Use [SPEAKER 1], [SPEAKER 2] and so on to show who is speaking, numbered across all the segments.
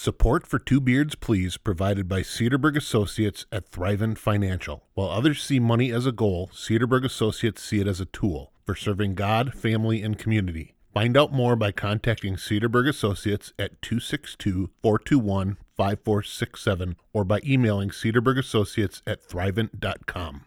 [SPEAKER 1] Support for Two Beards Please provided by Cedarburg Associates at Thriven Financial. While others see money as a goal, Cedarburg Associates see it as a tool for serving God, family, and community. Find out more by contacting Cedarburg Associates at 262 421 5467 or by emailing cedarburgassociates at thrivent.com.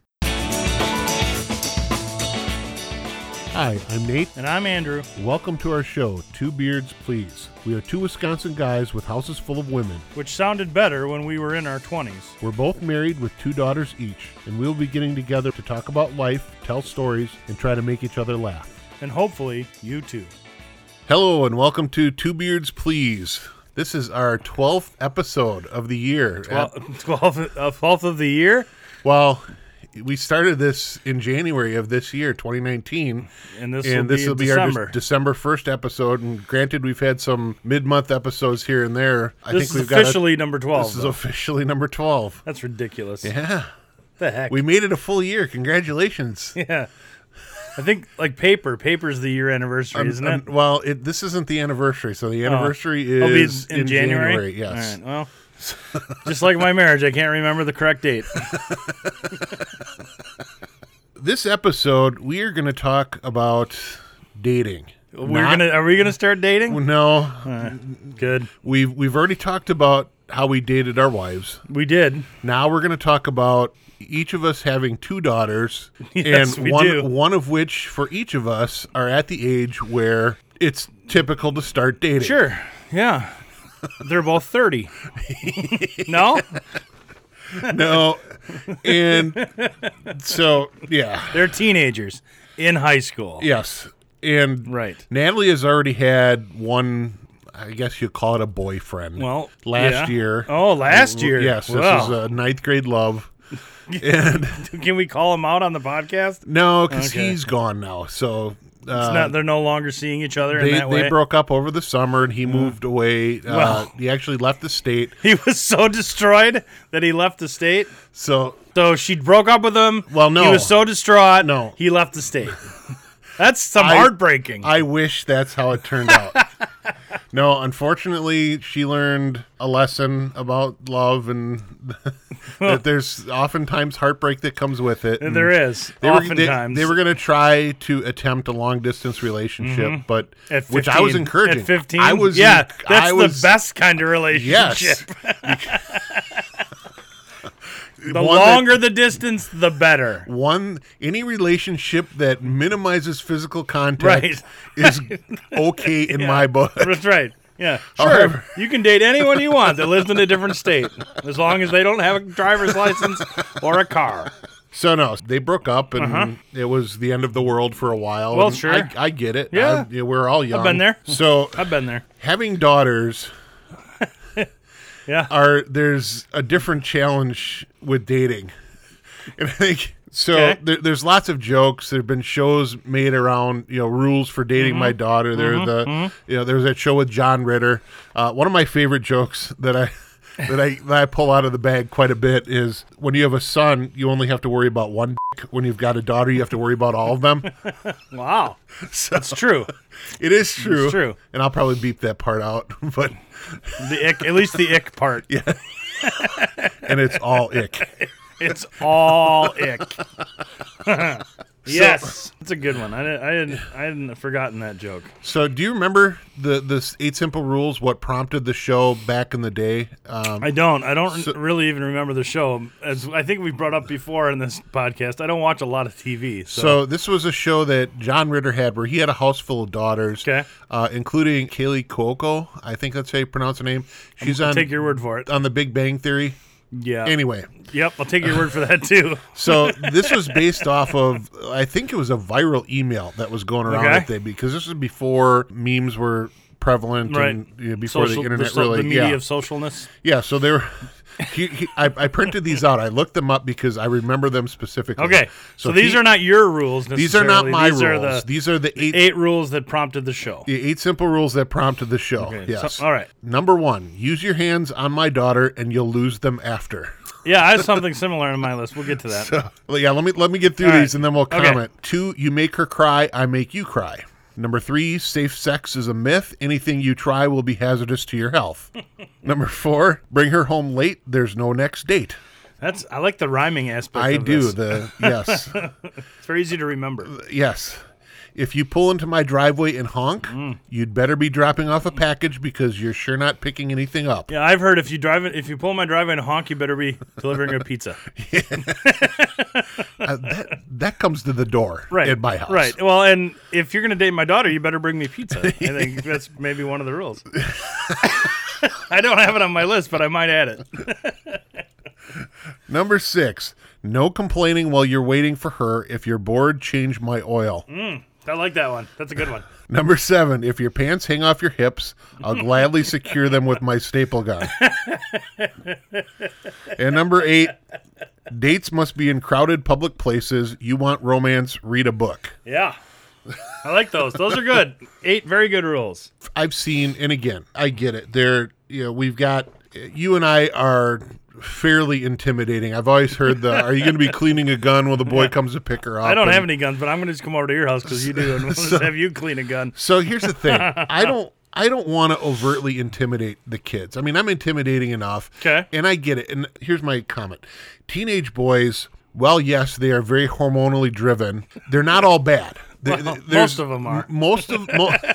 [SPEAKER 1] Hi, I'm Nate.
[SPEAKER 2] And I'm Andrew.
[SPEAKER 1] Welcome to our show, Two Beards Please. We are two Wisconsin guys with houses full of women.
[SPEAKER 2] Which sounded better when we were in our 20s.
[SPEAKER 1] We're both married with two daughters each, and we'll be getting together to talk about life, tell stories, and try to make each other laugh.
[SPEAKER 2] And hopefully, you too.
[SPEAKER 1] Hello, and welcome to Two Beards Please. This is our 12th episode of the year.
[SPEAKER 2] Well, 12th, uh, 12th of the year?
[SPEAKER 1] Well, we started this in January of this year, 2019.
[SPEAKER 2] And this
[SPEAKER 1] and
[SPEAKER 2] will
[SPEAKER 1] this
[SPEAKER 2] be
[SPEAKER 1] will be
[SPEAKER 2] December.
[SPEAKER 1] our de- December 1st episode. And granted, we've had some mid month episodes here and there. I
[SPEAKER 2] this
[SPEAKER 1] think
[SPEAKER 2] is
[SPEAKER 1] we've
[SPEAKER 2] officially number
[SPEAKER 1] got. A,
[SPEAKER 2] 12.
[SPEAKER 1] this is
[SPEAKER 2] though.
[SPEAKER 1] officially number 12.
[SPEAKER 2] That's ridiculous.
[SPEAKER 1] Yeah.
[SPEAKER 2] The heck?
[SPEAKER 1] We made it a full year. Congratulations.
[SPEAKER 2] yeah. I think, like, paper. Paper's the year anniversary, isn't
[SPEAKER 1] Um,
[SPEAKER 2] it?
[SPEAKER 1] well, it, this isn't the anniversary. So the anniversary
[SPEAKER 2] It'll be
[SPEAKER 1] is
[SPEAKER 2] in, January?
[SPEAKER 1] Yes.
[SPEAKER 2] All right, well, just like my marriage, I can't remember the correct date.
[SPEAKER 1] This episode, we are going to talk about dating.
[SPEAKER 2] We're gonna, are we going to start dating?
[SPEAKER 1] No,
[SPEAKER 2] Good.
[SPEAKER 1] we've we've already talked about how we dated our wives.
[SPEAKER 2] We did.
[SPEAKER 1] Now we're going to talk about each of us having two daughters,
[SPEAKER 2] Yes,
[SPEAKER 1] and
[SPEAKER 2] we
[SPEAKER 1] one
[SPEAKER 2] do.
[SPEAKER 1] one of which for each of us are at the age where it's typical to start dating.
[SPEAKER 2] Sure. Yeah. They're both 30. no?
[SPEAKER 1] No, and so yeah,
[SPEAKER 2] They're teenagers in high school.
[SPEAKER 1] yes, and
[SPEAKER 2] Right.
[SPEAKER 1] Natalie has already had one. I guess you call it a boyfriend.
[SPEAKER 2] Well,
[SPEAKER 1] last
[SPEAKER 2] yeah.
[SPEAKER 1] year.
[SPEAKER 2] Oh, last year.
[SPEAKER 1] Yes, this
[SPEAKER 2] Wow.
[SPEAKER 1] is a ninth grade love. And
[SPEAKER 2] Can we call them out on the podcast? It's
[SPEAKER 1] no, because
[SPEAKER 2] Okay.
[SPEAKER 1] he's gone now. So uh,
[SPEAKER 2] not. They're no longer seeing each other in
[SPEAKER 1] they,
[SPEAKER 2] that way.
[SPEAKER 1] they broke up over the summer, and he moved away. Uh,
[SPEAKER 2] Well.
[SPEAKER 1] he actually left the state.
[SPEAKER 2] he was so destroyed that he left the state.
[SPEAKER 1] So
[SPEAKER 2] So she broke up with him.
[SPEAKER 1] Well, no.
[SPEAKER 2] He was so distraught.
[SPEAKER 1] No.
[SPEAKER 2] He left the state. That's some
[SPEAKER 1] I-
[SPEAKER 2] heartbreaking.
[SPEAKER 1] I wish that's how it turned out. no, unfortunately, she learned a lesson about love and that there's oftentimes heartbreak that comes with it. and-
[SPEAKER 2] there is.
[SPEAKER 1] They were, they,
[SPEAKER 2] oftentimes.
[SPEAKER 1] they were going to try to attempt a long distance relationship, but
[SPEAKER 2] Mm-hmm. At 15,
[SPEAKER 1] which I was encouraging.
[SPEAKER 2] At 15?
[SPEAKER 1] I was
[SPEAKER 2] yeah, that's
[SPEAKER 1] I was,
[SPEAKER 2] the best kind of relationship.
[SPEAKER 1] Yes.
[SPEAKER 2] The
[SPEAKER 1] One that-
[SPEAKER 2] longer the distance, the better.
[SPEAKER 1] one any relationship that minimizes physical contact
[SPEAKER 2] Right.
[SPEAKER 1] is okay in my book.
[SPEAKER 2] That's right. Yeah. Sure.
[SPEAKER 1] However-
[SPEAKER 2] You can date anyone you want that lives in a different state as long as they don't have a driver's license or a car.
[SPEAKER 1] So no, they broke up, and it was the end of the world for a while.
[SPEAKER 2] Uh-huh. Well,
[SPEAKER 1] and
[SPEAKER 2] sure.
[SPEAKER 1] I, I get it.
[SPEAKER 2] Yeah.
[SPEAKER 1] I- we're all young.
[SPEAKER 2] been there.
[SPEAKER 1] So
[SPEAKER 2] I've been there.
[SPEAKER 1] having daughters
[SPEAKER 2] Yeah.
[SPEAKER 1] are there's a different challenge with dating, and I think so.
[SPEAKER 2] Okay.
[SPEAKER 1] There, there's lots of jokes. There've been shows made around you know rules for dating my
[SPEAKER 2] Mm-hmm.
[SPEAKER 1] daughter. There the you know there was that show with John Ritter. Uh, one of my favorite jokes that I. that I that I pull out of the bag quite a bit is when you have a son, you only have to worry about one. dick. When you've got a daughter, you have to worry about all of them.
[SPEAKER 2] Wow. That's true.
[SPEAKER 1] It is true.
[SPEAKER 2] true.
[SPEAKER 1] And I'll probably beep that part out, but
[SPEAKER 2] The ick, at least the ick part.
[SPEAKER 1] and it's all ick.
[SPEAKER 2] It's all ick. yes. That's a good one. I didn't, I didn't, I hadn't forgotten that joke.
[SPEAKER 1] So, do you remember the the s- eight simple rules? What prompted the show back in the day? Um,
[SPEAKER 2] I don't. I don't really even remember the show. As I think we brought up before in this podcast, I don't watch a lot of TV. So,
[SPEAKER 1] so this was a show that John Ritter had, where he had a house full of daughters,
[SPEAKER 2] Okay.
[SPEAKER 1] uh, including Kaylee Cuoco. I think that's how you pronounce her name. She's on
[SPEAKER 2] take your word for it.
[SPEAKER 1] on The Big Bang Theory.
[SPEAKER 2] Yeah.
[SPEAKER 1] um, uh, Anyway,
[SPEAKER 2] Yep. I'll take your word for that too.
[SPEAKER 1] so this was based off of I think it was a viral email that was going around
[SPEAKER 2] Okay.
[SPEAKER 1] that day because this was before memes were prevalent and
[SPEAKER 2] Right.
[SPEAKER 1] you know, before
[SPEAKER 2] Social-
[SPEAKER 1] the internet
[SPEAKER 2] so-
[SPEAKER 1] really
[SPEAKER 2] the media
[SPEAKER 1] yeah.
[SPEAKER 2] of socialness.
[SPEAKER 1] Yeah, so they were. He, he, I, I printed these out. I looked them up because I remember them specifically.
[SPEAKER 2] Okay, so, these
[SPEAKER 1] he-
[SPEAKER 2] are not your rules. Necessarily.
[SPEAKER 1] these are not my
[SPEAKER 2] These
[SPEAKER 1] rules.
[SPEAKER 2] Are the
[SPEAKER 1] these are the eight,
[SPEAKER 2] eight rules that prompted the show.
[SPEAKER 1] the eight simple rules that prompted the show.
[SPEAKER 2] Okay,
[SPEAKER 1] yes.
[SPEAKER 2] so- all right.
[SPEAKER 1] Number one: use your hands on my daughter, and you'll lose them after.
[SPEAKER 2] Yeah, I have something similar on my list. We'll get to that.
[SPEAKER 1] Well, yeah, let me let me get through
[SPEAKER 2] All right.
[SPEAKER 1] these, and then we'll
[SPEAKER 2] Okay.
[SPEAKER 1] comment. Two: you make her cry, I make you cry. Number three, safe sex is a myth. Anything you try will be hazardous to your health. Number four, bring her home late. There's no next date.
[SPEAKER 2] That's I like the rhyming aspect.
[SPEAKER 1] I
[SPEAKER 2] of
[SPEAKER 1] do
[SPEAKER 2] this.
[SPEAKER 1] the yes,
[SPEAKER 2] It's very easy to remember.
[SPEAKER 1] yes. If you pull into my driveway and honk,
[SPEAKER 2] Mm.
[SPEAKER 1] you'd better be dropping off a package because you're sure not picking anything up.
[SPEAKER 2] Yeah, I've heard if you drive it, if you pull my driveway and honk, you better be delivering a pizza.
[SPEAKER 1] Uh, that that comes to the door
[SPEAKER 2] Right
[SPEAKER 1] at my house.
[SPEAKER 2] Right. Well, and if you're gonna date my daughter, you better bring me pizza. I think that's maybe one of the rules. I don't have it on my list, but I might add it.
[SPEAKER 1] Number six, no complaining while you're waiting for her. If you're bored, change my oil.
[SPEAKER 2] Mm. I like that one. That's a good one.
[SPEAKER 1] Number seven, if your pants hang off your hips, I'll gladly secure them with my staple gun. and number eight, dates must be in crowded public places. You want romance, read a book.
[SPEAKER 2] Yeah. I like those. Those are good. Eight very good rules.
[SPEAKER 1] I've seen, and again, I get it. There, you know, we've got, you and I are fairly intimidating. I've always heard the, are you going to be cleaning a gun when the boy comes to pick her up?
[SPEAKER 2] I don't
[SPEAKER 1] And-
[SPEAKER 2] have any guns, but I'm gonna just come over to your house because you do, and we'll just have you clean a gun.
[SPEAKER 1] So here's the thing. I don't I don't want to overtly intimidate the kids. I mean, I'm intimidating enough.
[SPEAKER 2] 'Kay.
[SPEAKER 1] And I get it. And here's my comment. Teenage boys, well, yes, they are very hormonally driven. They're not all bad. They-
[SPEAKER 2] Well,
[SPEAKER 1] they- there's-
[SPEAKER 2] most of 'em are.
[SPEAKER 1] m- Most of mo-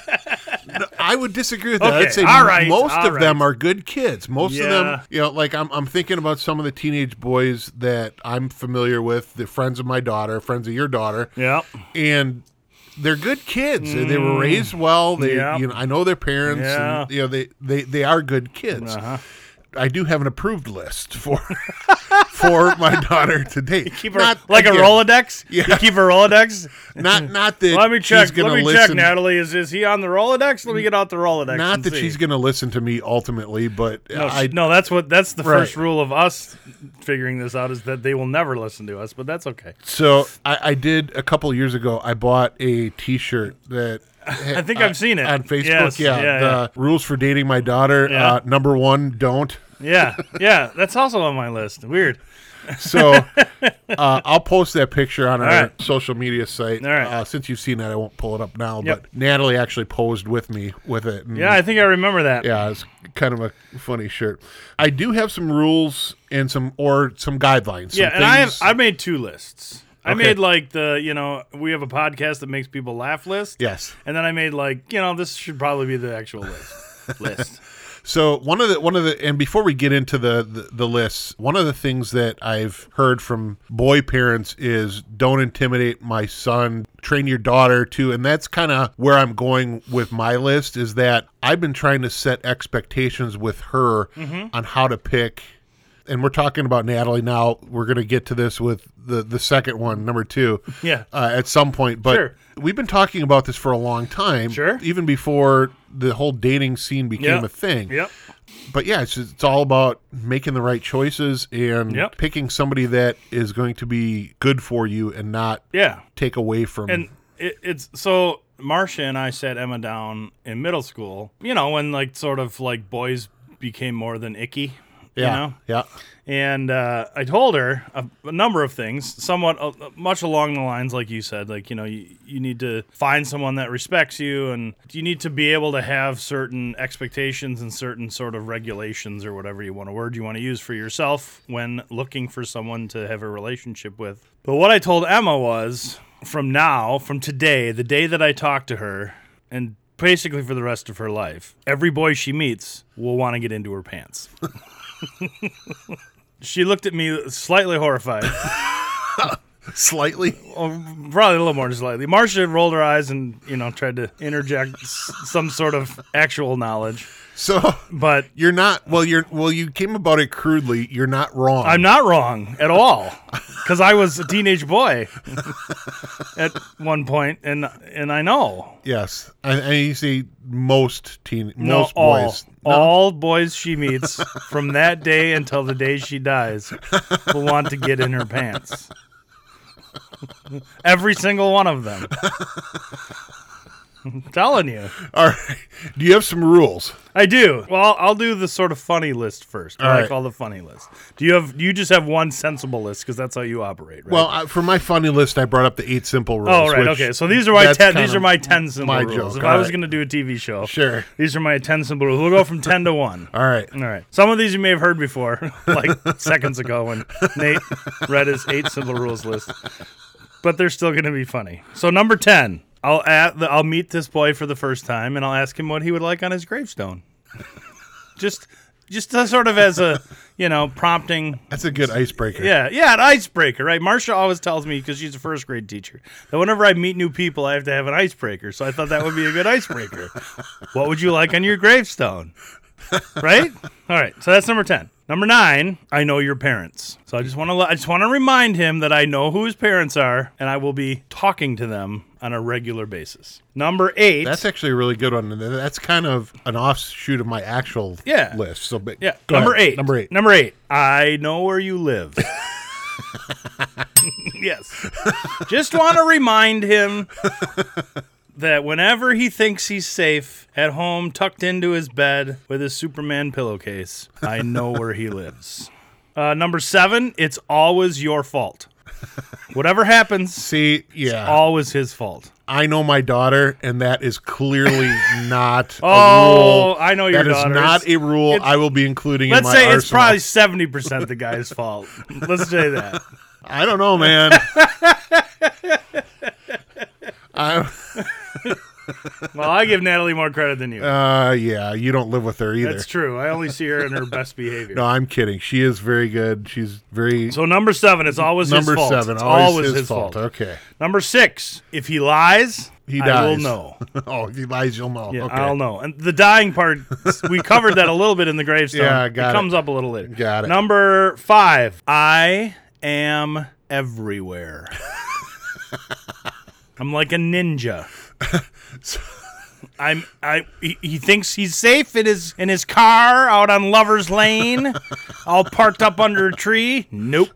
[SPEAKER 1] No, I would disagree with that.
[SPEAKER 2] Okay,
[SPEAKER 1] I'd say
[SPEAKER 2] all right,
[SPEAKER 1] most
[SPEAKER 2] all
[SPEAKER 1] of them are good kids. Most of
[SPEAKER 2] Yeah.
[SPEAKER 1] them, you know, like I'm, I'm thinking about some of the teenage boys that I'm familiar with, the friends of my daughter, friends of your daughter
[SPEAKER 2] Yeah.
[SPEAKER 1] and they're good kids. They- They were raised well. They,
[SPEAKER 2] Mm. Yeah.
[SPEAKER 1] you know, I know their parents.
[SPEAKER 2] Yeah. Uh-huh.
[SPEAKER 1] And, you know, they, they, they are good kids. I do have an approved list for for my daughter to date.
[SPEAKER 2] Keep her
[SPEAKER 1] Not-
[SPEAKER 2] like
[SPEAKER 1] again,
[SPEAKER 2] a Rolodex. You keep a Rolodex.
[SPEAKER 1] Not not that
[SPEAKER 2] Let me
[SPEAKER 1] She's
[SPEAKER 2] check.
[SPEAKER 1] gonna
[SPEAKER 2] Let me
[SPEAKER 1] listen,
[SPEAKER 2] check, Natalie. Is is he on the Rolodex? Let me get out the Rolodex.
[SPEAKER 1] Not
[SPEAKER 2] and
[SPEAKER 1] that
[SPEAKER 2] see.
[SPEAKER 1] she's going to listen to me ultimately, but
[SPEAKER 2] No,
[SPEAKER 1] I
[SPEAKER 2] sh- no, that's what that's the
[SPEAKER 1] Right.
[SPEAKER 2] first rule of us figuring this out is that they will never listen to us, but that's okay.
[SPEAKER 1] so I, I did a couple years ago. I bought a T-shirt that.
[SPEAKER 2] I think I've seen it
[SPEAKER 1] on Facebook,
[SPEAKER 2] Yes,
[SPEAKER 1] yeah,
[SPEAKER 2] yeah,
[SPEAKER 1] the rules for dating my daughter.
[SPEAKER 2] Yeah.
[SPEAKER 1] Uh, number one, don't.
[SPEAKER 2] yeah, yeah, yeah. That's also on my list. Weird.
[SPEAKER 1] So uh, I'll post that picture on our
[SPEAKER 2] right.
[SPEAKER 1] social media site.
[SPEAKER 2] All right.
[SPEAKER 1] Uh, since you've seen that, I won't pull it up now.
[SPEAKER 2] Yep.
[SPEAKER 1] But Natalie actually posed with me with it. and-
[SPEAKER 2] Yeah, I think I remember that.
[SPEAKER 1] yeah, it's kind of a funny shirt. I do have some rules and some or some guidelines. some
[SPEAKER 2] yeah, and I have
[SPEAKER 1] things-
[SPEAKER 2] I made two lists. I
[SPEAKER 1] Okay.
[SPEAKER 2] made like the you know we have a podcast that makes people laugh list.
[SPEAKER 1] yes.
[SPEAKER 2] and then I made like you know this should probably be the actual list. list.
[SPEAKER 1] So one of the one of the and before we get into the, the the lists, one of the things that I've heard from boy parents is don't intimidate my son, train your daughter to, and that's kind of where I'm going with my list is that I've been trying to set expectations with her
[SPEAKER 2] Mm-hmm.
[SPEAKER 1] on how to pick and we're talking about Natalie now. We're going to get to this with the the second one, number 2.
[SPEAKER 2] Yeah.
[SPEAKER 1] Uh, at some point, but
[SPEAKER 2] Sure.
[SPEAKER 1] we've been talking about this for a long time,
[SPEAKER 2] Sure.
[SPEAKER 1] even before the whole dating scene became
[SPEAKER 2] Yeah.
[SPEAKER 1] a thing
[SPEAKER 2] Yep.
[SPEAKER 1] but yeah, it's, it's all about making the right choices and
[SPEAKER 2] Yep.
[SPEAKER 1] picking somebody that is going to be good for you and not
[SPEAKER 2] Yeah.
[SPEAKER 1] take away from.
[SPEAKER 2] And it, it's so Marcia and I sat Emma down in middle school. You know when like sort of like boys became more than icky.
[SPEAKER 1] yeah,
[SPEAKER 2] You know?
[SPEAKER 1] yeah,
[SPEAKER 2] And uh, I told her a, a number of things, somewhat uh, much along the lines like you said, like you know you, you need to find someone that respects you, and you need to be able to have certain expectations and certain sort of regulations or whatever you want a word you want to use for yourself when looking for someone to have a relationship with. But what I told Emma was from now, from today, the day that I talk to her, and basically for the rest of her life, every boy she meets will want to get into her pants. She looked at me slightly horrified,
[SPEAKER 1] slightly.
[SPEAKER 2] probably a little more than slightly. Marcia rolled her eyes and you know tried to interject s- some sort of actual knowledge,
[SPEAKER 1] So
[SPEAKER 2] but
[SPEAKER 1] you're not well. You're well. You came about it crudely. You're not wrong.
[SPEAKER 2] I'm not wrong at all because I was a teenage boy at one point, and and I know
[SPEAKER 1] yes, and, and you see most teen,
[SPEAKER 2] No,
[SPEAKER 1] most
[SPEAKER 2] all
[SPEAKER 1] boys.
[SPEAKER 2] all boys she meets from that day until the day she dies will want to get in her pants. Every single one of them. I'm telling you.
[SPEAKER 1] All right. Do you have some rules?
[SPEAKER 2] I do. Well, I'll do the sort of funny list first. I
[SPEAKER 1] All
[SPEAKER 2] like
[SPEAKER 1] right.
[SPEAKER 2] all the funny lists. Do you have? do You just have one sensible list because that's how you operate, right?
[SPEAKER 1] Well, I, for my funny list, I brought up the eight simple rules.
[SPEAKER 2] oh, right.
[SPEAKER 1] which-
[SPEAKER 2] Okay. So these are my
[SPEAKER 1] that's
[SPEAKER 2] ten.
[SPEAKER 1] kind
[SPEAKER 2] These are
[SPEAKER 1] of-
[SPEAKER 2] my ten simple
[SPEAKER 1] my
[SPEAKER 2] rules.
[SPEAKER 1] joke,
[SPEAKER 2] If
[SPEAKER 1] all
[SPEAKER 2] I was
[SPEAKER 1] right.
[SPEAKER 2] going to do a TV show,
[SPEAKER 1] Sure.
[SPEAKER 2] These are my ten simple rules. We'll go from ten to one.
[SPEAKER 1] All right.
[SPEAKER 2] All right. Some of these you may have heard before, like seconds ago when Nate read his eight simple rules list, but they're still going to be funny. So number ten, I'll at the, I'll meet this boy for the first time, and I'll ask him what he would like on his gravestone. just, just to sort of as a you know prompting.
[SPEAKER 1] That's a good icebreaker.
[SPEAKER 2] Yeah, yeah, an icebreaker, right? Marcia always tells me because she's a first grade teacher that whenever I meet new people, I have to have an icebreaker. So I thought that would be a good icebreaker. what would you like on your gravestone? right? All right. So that's number ten. Number nine, I know your parents. So I just want to I just want to remind him that I know who his parents are, and I will be talking to them on a regular basis. Number eight,
[SPEAKER 1] That's actually a really good one. and That's kind of an offshoot of my actual
[SPEAKER 2] Yeah.
[SPEAKER 1] list. So, but
[SPEAKER 2] yeah,
[SPEAKER 1] go
[SPEAKER 2] number
[SPEAKER 1] ahead.
[SPEAKER 2] eight,
[SPEAKER 1] Number eight.
[SPEAKER 2] number eight. I know where you live. yes, just want to remind him that whenever he thinks he's safe at home, tucked into his bed with his Superman pillowcase, I know where he lives. Uh, number seven, it's always your fault. Whatever happens,
[SPEAKER 1] See, yeah,
[SPEAKER 2] always his fault.
[SPEAKER 1] I know my daughter, and that is clearly not.
[SPEAKER 2] Oh,
[SPEAKER 1] a rule.
[SPEAKER 2] I know your
[SPEAKER 1] That is
[SPEAKER 2] daughters.
[SPEAKER 1] not a rule I will be including. in
[SPEAKER 2] Let's
[SPEAKER 1] my
[SPEAKER 2] say it's
[SPEAKER 1] arsenal.
[SPEAKER 2] probably seventy percent the guy's fault. Let's say that.
[SPEAKER 1] I don't know, man. I,
[SPEAKER 2] Well, I give Natalie more credit than you.
[SPEAKER 1] uh, yeah, you don't live with her either.
[SPEAKER 2] That's true. I only see her in her best behavior.
[SPEAKER 1] no, I'm kidding. She is very good. She's very
[SPEAKER 2] So number seven, it's always
[SPEAKER 1] number
[SPEAKER 2] his fault.
[SPEAKER 1] seven.
[SPEAKER 2] It's
[SPEAKER 1] Always, his,
[SPEAKER 2] fault.
[SPEAKER 1] fault. Okay,
[SPEAKER 2] Number six, if he lies,
[SPEAKER 1] he
[SPEAKER 2] I
[SPEAKER 1] dies.
[SPEAKER 2] will know.
[SPEAKER 1] oh, if he lies, you'll know.
[SPEAKER 2] Yeah,
[SPEAKER 1] okay,
[SPEAKER 2] I'll know. And the dying part, we covered that a little bit in the gravestone.
[SPEAKER 1] Yeah, got
[SPEAKER 2] it
[SPEAKER 1] it.
[SPEAKER 2] comes up a little later.
[SPEAKER 1] Got it.
[SPEAKER 2] Number five, I am everywhere. I'm like a ninja. I'm I he, he thinks he's safe in his in his car out on Lover's Lane, all parked up under a tree. Nope.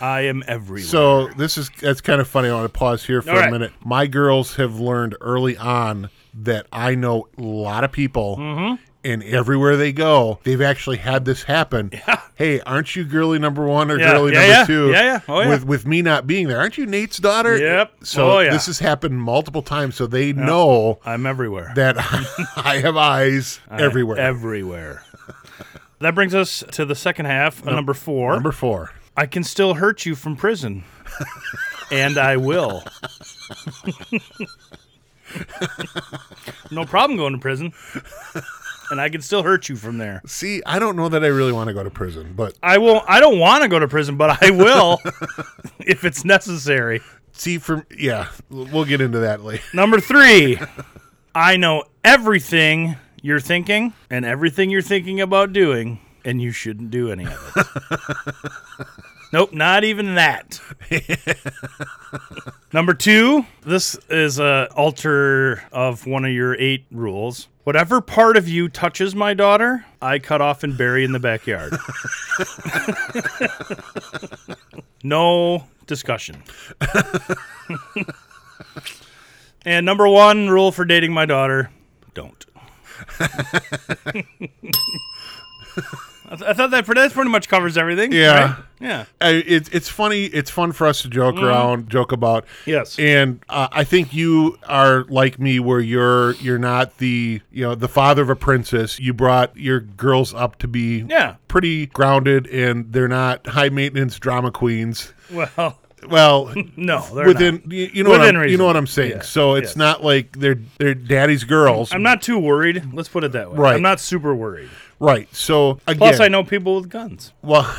[SPEAKER 2] I am everywhere.
[SPEAKER 1] So this is that's kind of funny. I want to pause here for
[SPEAKER 2] All right.
[SPEAKER 1] a minute. My girls have learned early on that I know a lot of people.
[SPEAKER 2] Mm-hmm.
[SPEAKER 1] And everywhere they go, they've actually had this happen. Hey, aren't you girly number one or
[SPEAKER 2] Yeah,
[SPEAKER 1] girly
[SPEAKER 2] yeah,
[SPEAKER 1] number
[SPEAKER 2] yeah,
[SPEAKER 1] two?
[SPEAKER 2] yeah, yeah. Oh, yeah.
[SPEAKER 1] With with me not being there, aren't you Nate's daughter?
[SPEAKER 2] Yep.
[SPEAKER 1] So
[SPEAKER 2] Oh, yeah.
[SPEAKER 1] this has happened multiple times. So they know
[SPEAKER 2] I'm everywhere.
[SPEAKER 1] that I have eyes everywhere.
[SPEAKER 2] Everywhere. that brings us to the second half, uh, number four.
[SPEAKER 1] Number four.
[SPEAKER 2] I can still hurt you from prison. and I will. no problem going to prison. And I can still hurt you from there.
[SPEAKER 1] See, I don't know that I really want to go to prison, but
[SPEAKER 2] I won't I don't want to go to prison, but I will if it's necessary.
[SPEAKER 1] see, from yeah, we'll get into that later.
[SPEAKER 2] Number three, I know everything you're thinking and everything you're thinking about doing, and you shouldn't do any of it. nope, not even that. Number two, this is a alter of one of your eight rules. Whatever part of you touches my daughter, I cut off and bury in the backyard. no discussion. And number one rule for dating my daughter: don't. I, th- I thought that pretty, that pretty much covers everything.
[SPEAKER 1] Yeah.
[SPEAKER 2] right? Yeah.
[SPEAKER 1] I, it, it's funny. It's fun for us to joke around, joke about.
[SPEAKER 2] Mm-hmm. Yes.
[SPEAKER 1] And uh, I think you are like me, where you're you're not the you know the father of a princess. You brought your girls up to be
[SPEAKER 2] Yeah.
[SPEAKER 1] pretty grounded, and they're not high maintenance drama queens.
[SPEAKER 2] Well,
[SPEAKER 1] Well.
[SPEAKER 2] no, they're
[SPEAKER 1] Within
[SPEAKER 2] not.
[SPEAKER 1] you you know
[SPEAKER 2] Within
[SPEAKER 1] what I'm, you
[SPEAKER 2] reason.
[SPEAKER 1] know what I'm saying, so it's
[SPEAKER 2] Yes.
[SPEAKER 1] not like they're they're daddy's girls,
[SPEAKER 2] I'm not too worried. Let's put it that way.
[SPEAKER 1] Right.
[SPEAKER 2] I'm not super worried.
[SPEAKER 1] right? So again,
[SPEAKER 2] Plus, I know people with guns,
[SPEAKER 1] well,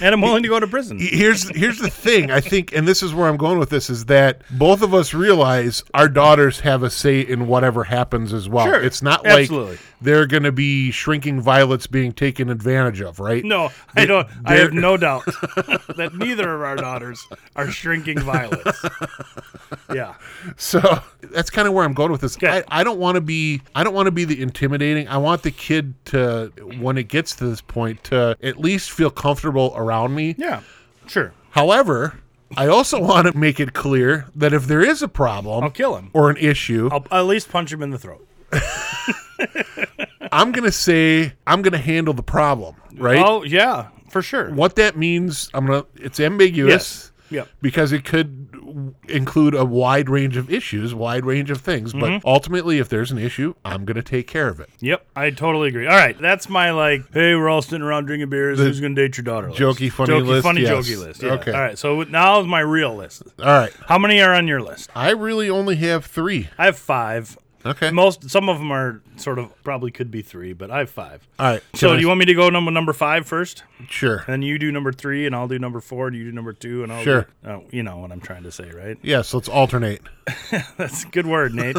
[SPEAKER 2] and I'm willing to go to prison.
[SPEAKER 1] here's here's the thing i think and this is where i'm going with this is that both of us realize our daughters have a say in whatever happens as well
[SPEAKER 2] Sure.
[SPEAKER 1] it's not
[SPEAKER 2] Absolutely.
[SPEAKER 1] like they're going to be shrinking violets being taken advantage of right
[SPEAKER 2] No, I don't. I
[SPEAKER 1] they're-
[SPEAKER 2] have no doubt that neither of our daughters are shrinking violets. Yeah.
[SPEAKER 1] so that's kind of where i'm going with this
[SPEAKER 2] Okay.
[SPEAKER 1] I, I don't want to be i don't want to be the intimidating i want the kid to when it gets to this point to at least feel comfortable around me
[SPEAKER 2] Yeah. Sure.
[SPEAKER 1] however I also want to make it clear that if there is a problem
[SPEAKER 2] I'll kill him.
[SPEAKER 1] or an issue,
[SPEAKER 2] I'll at least punch him in the throat.
[SPEAKER 1] I'm going to say I'm going to handle the problem, right?
[SPEAKER 2] Oh yeah, for sure.
[SPEAKER 1] what that means, I'm going to it's ambiguous.
[SPEAKER 2] Yep.
[SPEAKER 1] because it could w- include a wide range of issues, wide range of things.
[SPEAKER 2] Mm-hmm.
[SPEAKER 1] But ultimately, if there's an issue, I'm going to take care of it.
[SPEAKER 2] Yep. I totally agree. All right, that's my like. Hey, we're all sitting around drinking beers. Who's gonna date your daughter? List.
[SPEAKER 1] jokey, funny list,
[SPEAKER 2] Funny
[SPEAKER 1] yes.
[SPEAKER 2] jokey list. yeah.
[SPEAKER 1] Okay.
[SPEAKER 2] All right. So now is my real list.
[SPEAKER 1] All right.
[SPEAKER 2] How many are on your list?
[SPEAKER 1] I really only have three.
[SPEAKER 2] I have five.
[SPEAKER 1] Okay.
[SPEAKER 2] Most some of them are sort of probably could be three, but I have five.
[SPEAKER 1] All right.
[SPEAKER 2] So
[SPEAKER 1] Can
[SPEAKER 2] do
[SPEAKER 1] I-
[SPEAKER 2] you want me to go number number five first?
[SPEAKER 1] Sure.
[SPEAKER 2] Then you do number three, and I'll do number four, and you do number two, and I'll do-
[SPEAKER 1] Sure.
[SPEAKER 2] oh, you know what I'm trying to say, right?
[SPEAKER 1] Yes. Let's alternate.
[SPEAKER 2] That's a good word, Nate.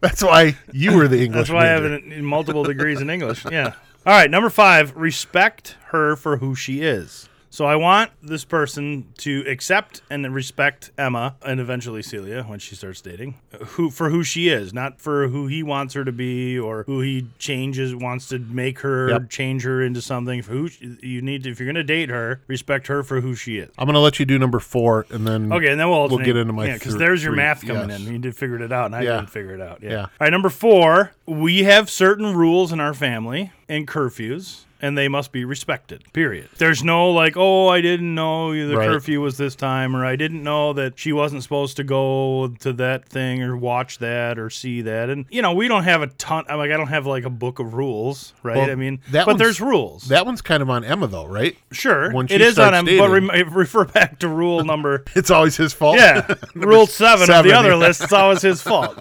[SPEAKER 1] That's why you were the English.
[SPEAKER 2] That's why I have
[SPEAKER 1] major.
[SPEAKER 2] an, in multiple degrees in English. Yeah. All right, number five, respect her for who she is. So I want this person to accept and respect Emma and eventually Celia when she starts dating, who for who she is, not for who he wants her to be or who he changes wants to make her
[SPEAKER 1] Yep.
[SPEAKER 2] change her into something. For who she, you need, to, if you're gonna date her, respect her for who she is.
[SPEAKER 1] I'm going to let you do number four, and then
[SPEAKER 2] Okay, and then we'll alternate.
[SPEAKER 1] get into my
[SPEAKER 2] yeah, because
[SPEAKER 1] thr-
[SPEAKER 2] there's your
[SPEAKER 1] three.
[SPEAKER 2] math coming
[SPEAKER 1] Yes.
[SPEAKER 2] in. You did figure it out, and I
[SPEAKER 1] Yeah.
[SPEAKER 2] didn't figure it out. Yeah.
[SPEAKER 1] Yeah.
[SPEAKER 2] All right, number four. We have certain rules in our family and curfews. And they must be respected. Period. There's no like, oh, I didn't know the
[SPEAKER 1] Right.
[SPEAKER 2] curfew was this time, or I didn't know that she wasn't supposed to go to that thing, or watch that, or see that. And you know, we don't have a ton. I'm Like, I don't have like a book of rules, right?
[SPEAKER 1] Well,
[SPEAKER 2] I mean,
[SPEAKER 1] that
[SPEAKER 2] but
[SPEAKER 1] one's-
[SPEAKER 2] there's rules.
[SPEAKER 1] That one's kind of on Emma, though, right?
[SPEAKER 2] sure,
[SPEAKER 1] when
[SPEAKER 2] it
[SPEAKER 1] she
[SPEAKER 2] is on
[SPEAKER 1] starts
[SPEAKER 2] him. But
[SPEAKER 1] dating-
[SPEAKER 2] rem- refer back to rule number
[SPEAKER 1] It's always his fault.
[SPEAKER 2] Yeah, rule seven, of
[SPEAKER 1] seven,
[SPEAKER 2] the other
[SPEAKER 1] yeah.
[SPEAKER 2] list. It's always his fault.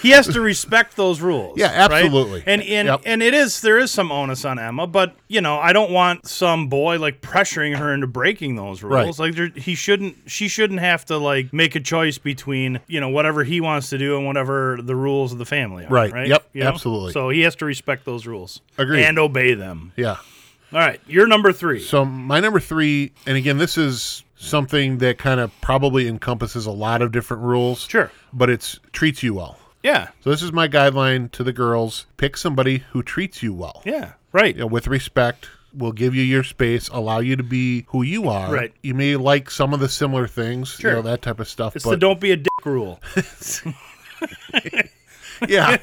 [SPEAKER 2] He has to respect those rules.
[SPEAKER 1] Yeah,
[SPEAKER 2] right?
[SPEAKER 1] absolutely.
[SPEAKER 2] And and
[SPEAKER 1] Yep.
[SPEAKER 2] and it is there is some onus on Emma, but you know I don't want some boy like pressuring her into breaking those
[SPEAKER 1] Right.
[SPEAKER 2] rules. Like there, he shouldn't, she shouldn't have to like make a choice between you know whatever he wants to do and whatever the rules of the family are.
[SPEAKER 1] Right,
[SPEAKER 2] Right.
[SPEAKER 1] yep,
[SPEAKER 2] You know?
[SPEAKER 1] absolutely.
[SPEAKER 2] So he has to respect those rules.
[SPEAKER 1] Agreed.
[SPEAKER 2] And obey them.
[SPEAKER 1] yeah.
[SPEAKER 2] All right, you're number three.
[SPEAKER 1] So my number three, and again, this is something that kind of probably encompasses a lot of different rules.
[SPEAKER 2] Sure.
[SPEAKER 1] But it's treats you well.
[SPEAKER 2] yeah.
[SPEAKER 1] So this is my guideline to the girls: pick somebody who treats you well,
[SPEAKER 2] Yeah. Right.
[SPEAKER 1] you know, with respect. Will give you your space, allow you to be who you are.
[SPEAKER 2] Right.
[SPEAKER 1] You may like some of the similar things,
[SPEAKER 2] Sure.
[SPEAKER 1] you know, that type of stuff.
[SPEAKER 2] It's the
[SPEAKER 1] but
[SPEAKER 2] don't be a dick rule.
[SPEAKER 1] yeah,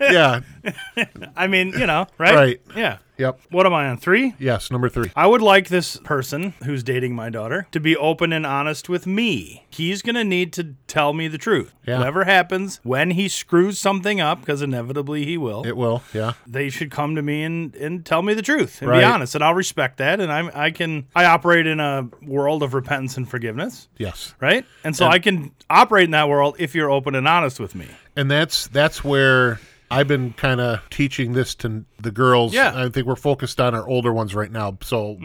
[SPEAKER 1] yeah,
[SPEAKER 2] I mean, you know, right?
[SPEAKER 1] Right.
[SPEAKER 2] Yeah.
[SPEAKER 1] yep,
[SPEAKER 2] What am I on? Three?
[SPEAKER 1] yes. Number three.
[SPEAKER 2] I would like this person who's dating my daughter to be open and honest with me. He's going to need to tell me the truth.
[SPEAKER 1] Yeah.
[SPEAKER 2] Whatever happens, when he screws something up, because inevitably he will,
[SPEAKER 1] It will. Yeah,
[SPEAKER 2] they should come to me and, and tell me the truth and
[SPEAKER 1] Right.
[SPEAKER 2] be honest. And I'll respect that. And I'm, I can, I operate in a world of repentance and forgiveness,
[SPEAKER 1] yes.
[SPEAKER 2] right? And so I can operate in that world if you're open and honest with me.
[SPEAKER 1] and that's that's where I've been kind of teaching this to the girls.
[SPEAKER 2] Yeah. Mm-hmm.
[SPEAKER 1] I think we're focused on our older ones right now, so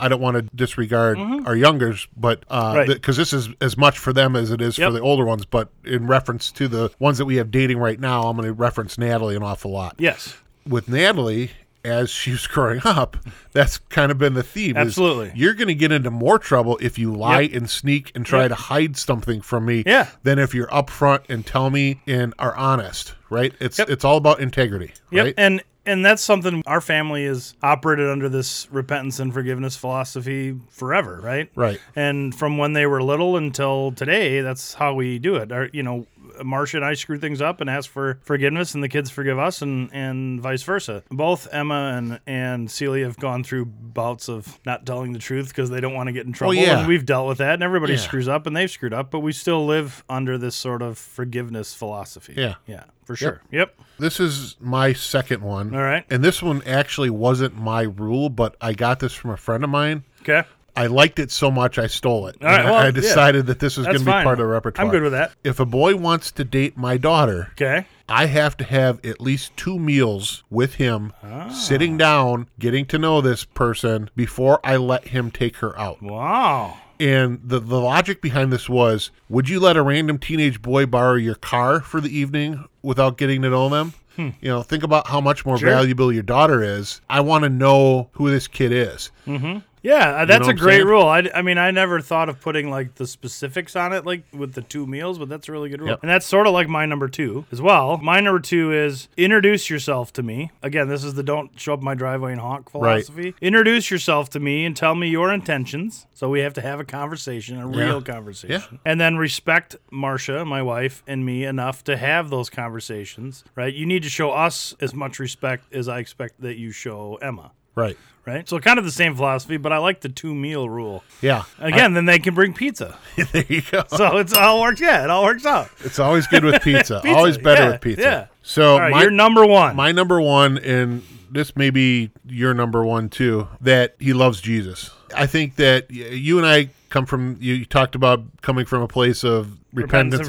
[SPEAKER 1] I don't want to disregard our youngers, but because
[SPEAKER 2] Right.
[SPEAKER 1] this is as much for them as it is
[SPEAKER 2] Yep.
[SPEAKER 1] for the older ones. But in reference to the ones that we have dating right now, I'm going to reference Natalie an awful lot.
[SPEAKER 2] Yes.
[SPEAKER 1] With Natalie. As she was growing up, that's kind of been the theme. is
[SPEAKER 2] Absolutely.
[SPEAKER 1] you're going to get into more trouble if you lie
[SPEAKER 2] Yep.
[SPEAKER 1] and sneak and try to hide something from me
[SPEAKER 2] Yeah.
[SPEAKER 1] than if you're upfront and tell me and are honest, right? It's
[SPEAKER 2] Yep.
[SPEAKER 1] it's all about integrity,
[SPEAKER 2] Yep.
[SPEAKER 1] right?
[SPEAKER 2] And and that's something our family has operated under this repentance and forgiveness philosophy forever, right?
[SPEAKER 1] Right.
[SPEAKER 2] And from when they were little until today, that's how we do it. Our, you know, Marcia and I screw things up and ask for forgiveness, and the kids forgive us, and, and vice versa. Both Emma and, and Celia have gone through bouts of not telling the truth because they don't want to get in trouble.
[SPEAKER 1] Oh, yeah.
[SPEAKER 2] And we've dealt with that, and everybody
[SPEAKER 1] Yeah.
[SPEAKER 2] screws up, and they've screwed up, but we still live under this sort of forgiveness philosophy.
[SPEAKER 1] Yeah.
[SPEAKER 2] Yeah, for sure. Yep.
[SPEAKER 1] This is my second one.
[SPEAKER 2] All right.
[SPEAKER 1] And this one actually wasn't my rule, but I got this from a friend of mine.
[SPEAKER 2] Okay.
[SPEAKER 1] I liked it so much I stole it.
[SPEAKER 2] All right,
[SPEAKER 1] And I-
[SPEAKER 2] well,
[SPEAKER 1] I
[SPEAKER 2] yeah.
[SPEAKER 1] decided that this was going
[SPEAKER 2] That's
[SPEAKER 1] to be
[SPEAKER 2] fine.
[SPEAKER 1] part of the repertoire.
[SPEAKER 2] I'm good with that.
[SPEAKER 1] If a boy wants to date my daughter,
[SPEAKER 2] Okay.
[SPEAKER 1] I have to have at least two meals with him,
[SPEAKER 2] Ah.
[SPEAKER 1] sitting down, getting to know this person before I let him take her out.
[SPEAKER 2] Wow.
[SPEAKER 1] And the, the logic behind this was would you let a random teenage boy borrow your car for the evening without getting to know them?
[SPEAKER 2] Hmm.
[SPEAKER 1] You know, think about how much more valuable your daughter is. I want to know who this kid is. Mm-hmm.
[SPEAKER 2] Yeah, uh, that's
[SPEAKER 1] what
[SPEAKER 2] a
[SPEAKER 1] I'm
[SPEAKER 2] great
[SPEAKER 1] saying?
[SPEAKER 2] rule. I, I mean, I never thought of putting like the specifics on it, like with the two meals, but that's a really good rule.
[SPEAKER 1] Yep.
[SPEAKER 2] And that's sort of like my number two as well. My number two is introduce yourself to me. Again, this is the don't show up my driveway and honk
[SPEAKER 1] Right.
[SPEAKER 2] philosophy. Introduce yourself to me and tell me your intentions. So we have to have a conversation, a real conversation. And then respect Marcia, my wife, and me enough to have those conversations, right? You need to show us as much respect as I expect that you show Emma
[SPEAKER 1] Right.
[SPEAKER 2] right? So kind of the same philosophy, but I like the two meal rule.
[SPEAKER 1] Yeah.
[SPEAKER 2] Again, then they can bring pizza.
[SPEAKER 1] there you go.
[SPEAKER 2] So it's all works. Yeah, it all works out.
[SPEAKER 1] It's always good with pizza. always better
[SPEAKER 2] yeah,
[SPEAKER 1] with pizza.
[SPEAKER 2] yeah.
[SPEAKER 1] So
[SPEAKER 2] All right,
[SPEAKER 1] my
[SPEAKER 2] you're number one.
[SPEAKER 1] my number one, and this may be your number one too, that he loves Jesus. I think that y- you and I come from. You you talked about coming from a place of repentance,
[SPEAKER 2] Repentance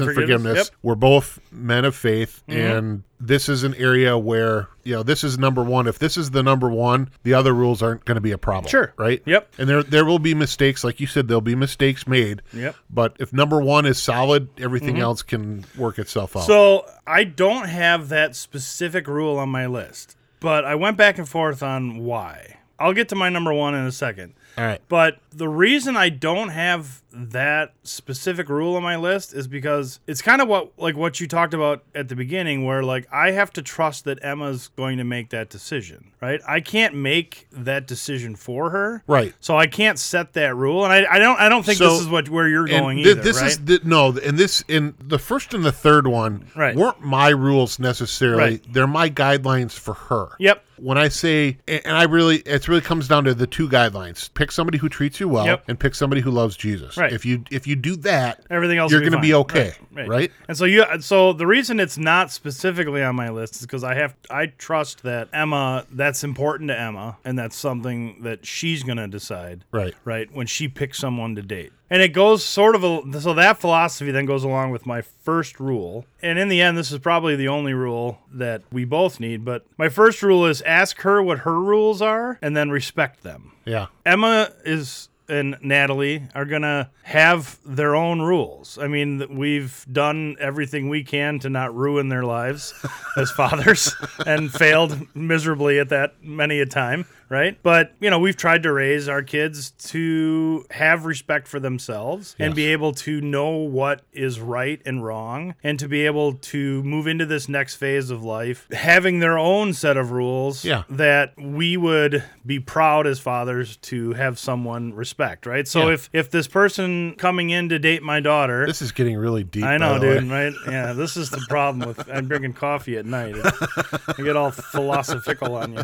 [SPEAKER 1] and
[SPEAKER 2] and
[SPEAKER 1] forgiveness.
[SPEAKER 2] forgiveness, Mm-hmm.
[SPEAKER 1] We're both men of faith, and this is an area where you know this is number one. If this is the number one, the other rules aren't going to be a problem.
[SPEAKER 2] Sure.
[SPEAKER 1] Right.
[SPEAKER 2] Yep.
[SPEAKER 1] And there there will be mistakes, like you said, there'll be mistakes made.
[SPEAKER 2] Yep. Mm-hmm.
[SPEAKER 1] But if number one is solid, everything else can work itself out.
[SPEAKER 2] so I don't have that specific rule on my list, but I went back and forth on why. I'll get to my number one in a second.
[SPEAKER 1] All right.
[SPEAKER 2] But the reason I don't have that specific rule on my list is because it's kind of what like what you talked about at the beginning where like I have to trust that Emma's going to make that decision, right? I can't make that decision for her.
[SPEAKER 1] Right.
[SPEAKER 2] So I can't set that rule and I, I don't I don't think
[SPEAKER 1] So-
[SPEAKER 2] this is what where you're
[SPEAKER 1] And
[SPEAKER 2] going
[SPEAKER 1] thi-
[SPEAKER 2] either,
[SPEAKER 1] this
[SPEAKER 2] right?
[SPEAKER 1] is the, no, and this in the first and the third one
[SPEAKER 2] Right.
[SPEAKER 1] weren't my rules necessarily.
[SPEAKER 2] Right.
[SPEAKER 1] They're my guidelines for her.
[SPEAKER 2] Yep.
[SPEAKER 1] When I say, and and I really, it really comes down to the two guidelines: pick somebody who treats you well,
[SPEAKER 2] Yep.
[SPEAKER 1] and pick somebody who loves Jesus.
[SPEAKER 2] Right.
[SPEAKER 1] If you if you do that,
[SPEAKER 2] Everything else
[SPEAKER 1] you're
[SPEAKER 2] will
[SPEAKER 1] going to be
[SPEAKER 2] fine.
[SPEAKER 1] okay, right?
[SPEAKER 2] And so you so the reason it's not specifically on my list is because I have I trust that Emma that's important to Emma and that's something that she's gonna decide.
[SPEAKER 1] Right.
[SPEAKER 2] Right. When she picks someone to date. And it goes sort of a, so that philosophy then goes along with my first rule. And in the end, this is probably the only rule that we both need. But my first rule is ask her what her rules are and then respect them.
[SPEAKER 1] Yeah.
[SPEAKER 2] Emma is and Natalie are gonna have their own rules. I mean, th- we've done everything we can to not ruin their lives as fathers, and failed miserably at that many a time, right? But you know, we've tried to raise our kids to have respect for themselves and be able to know what is right and wrong, and to be able to move into this next phase of life having their own set of rules
[SPEAKER 1] Yeah.
[SPEAKER 2] that we would be proud as fathers to have someone respect, right? So
[SPEAKER 1] Yeah.
[SPEAKER 2] if if this person coming in to date my daughter,
[SPEAKER 1] This is getting really deep.
[SPEAKER 2] I
[SPEAKER 1] by
[SPEAKER 2] know,
[SPEAKER 1] the way.
[SPEAKER 2] dude, right? Yeah, this is the problem with I'm drinking coffee at night. I get all philosophical on you.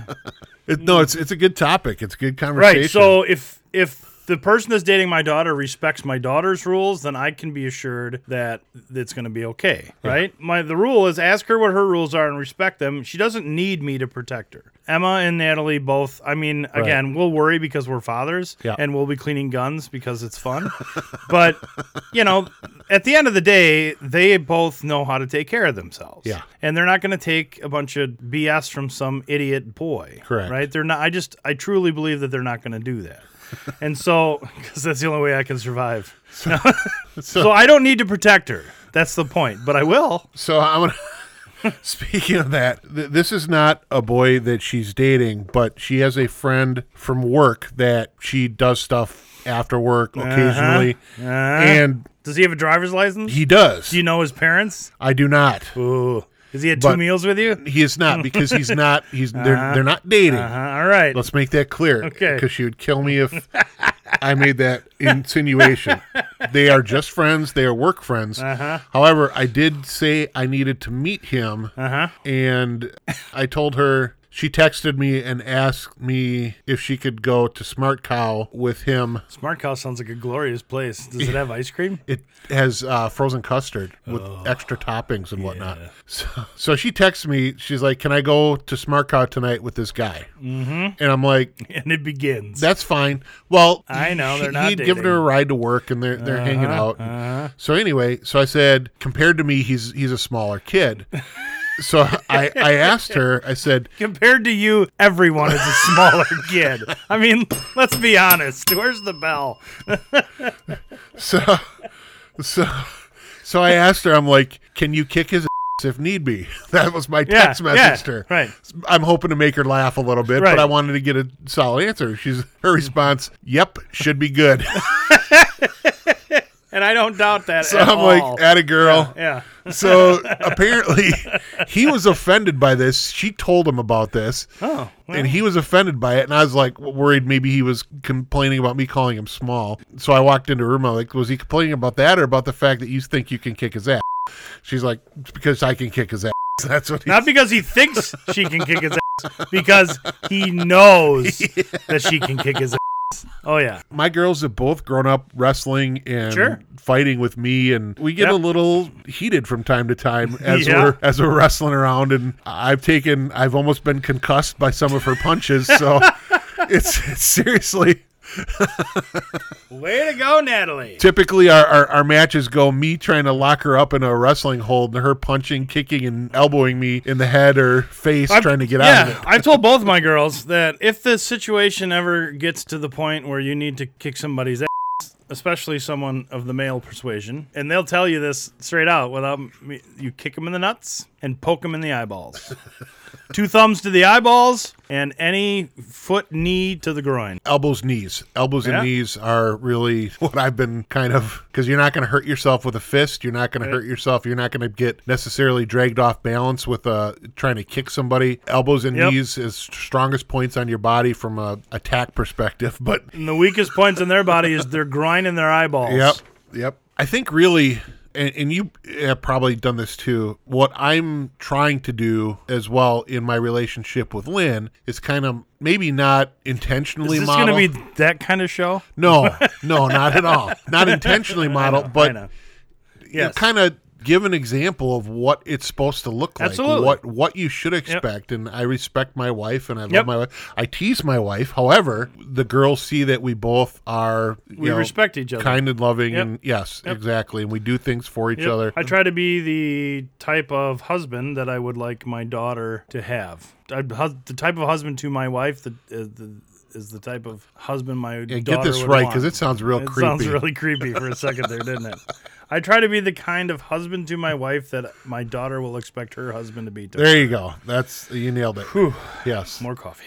[SPEAKER 1] It- no, it's it's a good topic. It's a good conversation.
[SPEAKER 2] Right. So if if the person that's dating my daughter respects my daughter's rules, then I can be assured that it's going to be okay, right? My the rule is ask her what her rules are and respect them. She doesn't need me to protect her. Emma and Natalie both. I mean, again, we'll worry because we're fathers,
[SPEAKER 1] Yeah.
[SPEAKER 2] and we'll be cleaning guns because it's fun. but you know, at the end of the day, they both know how to take care of themselves.
[SPEAKER 1] Yeah.
[SPEAKER 2] and they're not going to take a bunch of BS from some idiot boy.
[SPEAKER 1] Correct.
[SPEAKER 2] Right? They're not. I just I truly believe that they're not going to do that. and so, because that's the only way I can survive.
[SPEAKER 1] so,
[SPEAKER 2] So I don't need to protect her. That's the point. But I will.
[SPEAKER 1] So I'm gonna. Speaking of that, th- this is not a boy that she's dating, but she has a friend from work that she does stuff after work occasionally,
[SPEAKER 2] Uh-huh.
[SPEAKER 1] and
[SPEAKER 2] Does he have a driver's license?
[SPEAKER 1] he does.
[SPEAKER 2] do you know his parents?
[SPEAKER 1] I do not.
[SPEAKER 2] Ooh. Has he had two
[SPEAKER 1] But-
[SPEAKER 2] meals with you?
[SPEAKER 1] He is not because he's not. He's they're they're not dating.
[SPEAKER 2] Uh, all right.
[SPEAKER 1] Let's make that clear.
[SPEAKER 2] Okay.
[SPEAKER 1] Because she would kill me if I made that insinuation. they are just friends. They are work friends. Uh-huh. However, I did say I needed to meet him.
[SPEAKER 2] Uh-huh.
[SPEAKER 1] And I told her. She texted me and asked me if she could go to Smart Cow with him.
[SPEAKER 2] Smart Cow sounds like a glorious place. Does it have ice cream?
[SPEAKER 1] It has uh, frozen custard with
[SPEAKER 2] Oh.
[SPEAKER 1] extra toppings and whatnot. So, so she texts me. She's like, "Can I go to Smart Cow tonight with this guy?" Mm-hmm. And I'm like,
[SPEAKER 2] And it begins.
[SPEAKER 1] That's fine. Well,
[SPEAKER 2] I know,
[SPEAKER 1] he-
[SPEAKER 2] they're not
[SPEAKER 1] He'd given her a
[SPEAKER 2] dating. Uh-huh,
[SPEAKER 1] ride to work, and they're they're hanging out. So anyway, so I said, compared to me, he's he's a smaller kid. so I I asked her. I said,
[SPEAKER 2] Compared to you, everyone is a smaller kid. I mean, let's be honest. Where's the bell?
[SPEAKER 1] so so so I asked her. I'm like, can you kick his shots if need be. That was my
[SPEAKER 2] Yeah,
[SPEAKER 1] text message
[SPEAKER 2] yeah,
[SPEAKER 1] to her.
[SPEAKER 2] right.
[SPEAKER 1] I'm hoping to make her laugh a little bit,
[SPEAKER 2] Right.
[SPEAKER 1] but I wanted to get a solid answer. She's her response, "Yep, should be good."
[SPEAKER 2] and I don't doubt that
[SPEAKER 1] so
[SPEAKER 2] at
[SPEAKER 1] I'm
[SPEAKER 2] all.
[SPEAKER 1] like, "At a girl."
[SPEAKER 2] Oh. yeah.
[SPEAKER 1] So apparently, he was offended by this. She told him about this.
[SPEAKER 2] Oh,
[SPEAKER 1] and he was offended by it. And I was like worried maybe he was complaining about me calling him small. So I walked into her room. I'm like, was he complaining about that or about the fact that you think you can kick his ass? She's like, "It's because I can kick his ass. That's what he.
[SPEAKER 2] Not because he thinks she can kick his ass, because he knows that she can kick his ass. Oh yeah.
[SPEAKER 1] My girls have both grown up wrestling and
[SPEAKER 2] Sure.
[SPEAKER 1] fighting with me, and we get
[SPEAKER 2] Yep.
[SPEAKER 1] a little heated from time to time as
[SPEAKER 2] Yeah.
[SPEAKER 1] we're as we're wrestling around. And I've taken, I've almost been concussed by some of her punches. So it's, it's seriously.
[SPEAKER 2] Way to go, Natalie.
[SPEAKER 1] typically our, our, our matches go me trying to lock her up in a wrestling hold and her punching, kicking, and elbowing me in the head or face trying to get out of it.
[SPEAKER 2] I've told both my girls that if the situation ever gets to the point where you need to kick somebody's ass, especially someone of the male persuasion, and they'll tell you this straight out without me, you kick them in the nuts and poke them in the eyeballs. Two thumbs to the eyeballs and any foot knee to the groin.
[SPEAKER 1] Elbows, knees. Elbows
[SPEAKER 2] Yeah.
[SPEAKER 1] and knees are really what I've been kind of because you're not going to hurt yourself with a fist. You're not going to hurt yourself. You're not going to get necessarily dragged off balance with uh, trying to kick somebody. Elbows and
[SPEAKER 2] Yep.
[SPEAKER 1] knees is strongest points on your body from a attack perspective, but
[SPEAKER 2] And the weakest points in their body is their groin and their eyeballs.
[SPEAKER 1] Yep. Yep. I think really, and, and you eh, have probably done this too, what I'm trying to do as well in my relationship with Lynn is kind of maybe not intentionally
[SPEAKER 2] Is this
[SPEAKER 1] model.
[SPEAKER 2] going to be that kind of show?
[SPEAKER 1] no, no, not at all. Not intentionally model,
[SPEAKER 2] I
[SPEAKER 1] but
[SPEAKER 2] know. Yes.
[SPEAKER 1] kind of give an example of what it's supposed to look like,
[SPEAKER 2] Absolutely.
[SPEAKER 1] what what you should expect. And I respect my wife, and I love
[SPEAKER 2] Yep.
[SPEAKER 1] my wife. I tease my wife. However, the girls see that we both are you
[SPEAKER 2] We
[SPEAKER 1] know,
[SPEAKER 2] respect each other.
[SPEAKER 1] kind and loving,
[SPEAKER 2] Yep.
[SPEAKER 1] and yes, exactly. And we do things for each
[SPEAKER 2] Yep.
[SPEAKER 1] other.
[SPEAKER 2] I try to be the type of husband that I would like my daughter to have. I, hus- the type of husband to my wife that is the, is the type of husband my
[SPEAKER 1] Yeah,
[SPEAKER 2] daughter
[SPEAKER 1] get this
[SPEAKER 2] would
[SPEAKER 1] right
[SPEAKER 2] want.
[SPEAKER 1] because it sounds real
[SPEAKER 2] It
[SPEAKER 1] creepy.
[SPEAKER 2] sounds really creepy for a second there, didn't it? I try to be the kind of husband to my wife that my daughter will expect her husband to be. To
[SPEAKER 1] there you go. That's you nailed it. Yes.
[SPEAKER 2] More coffee.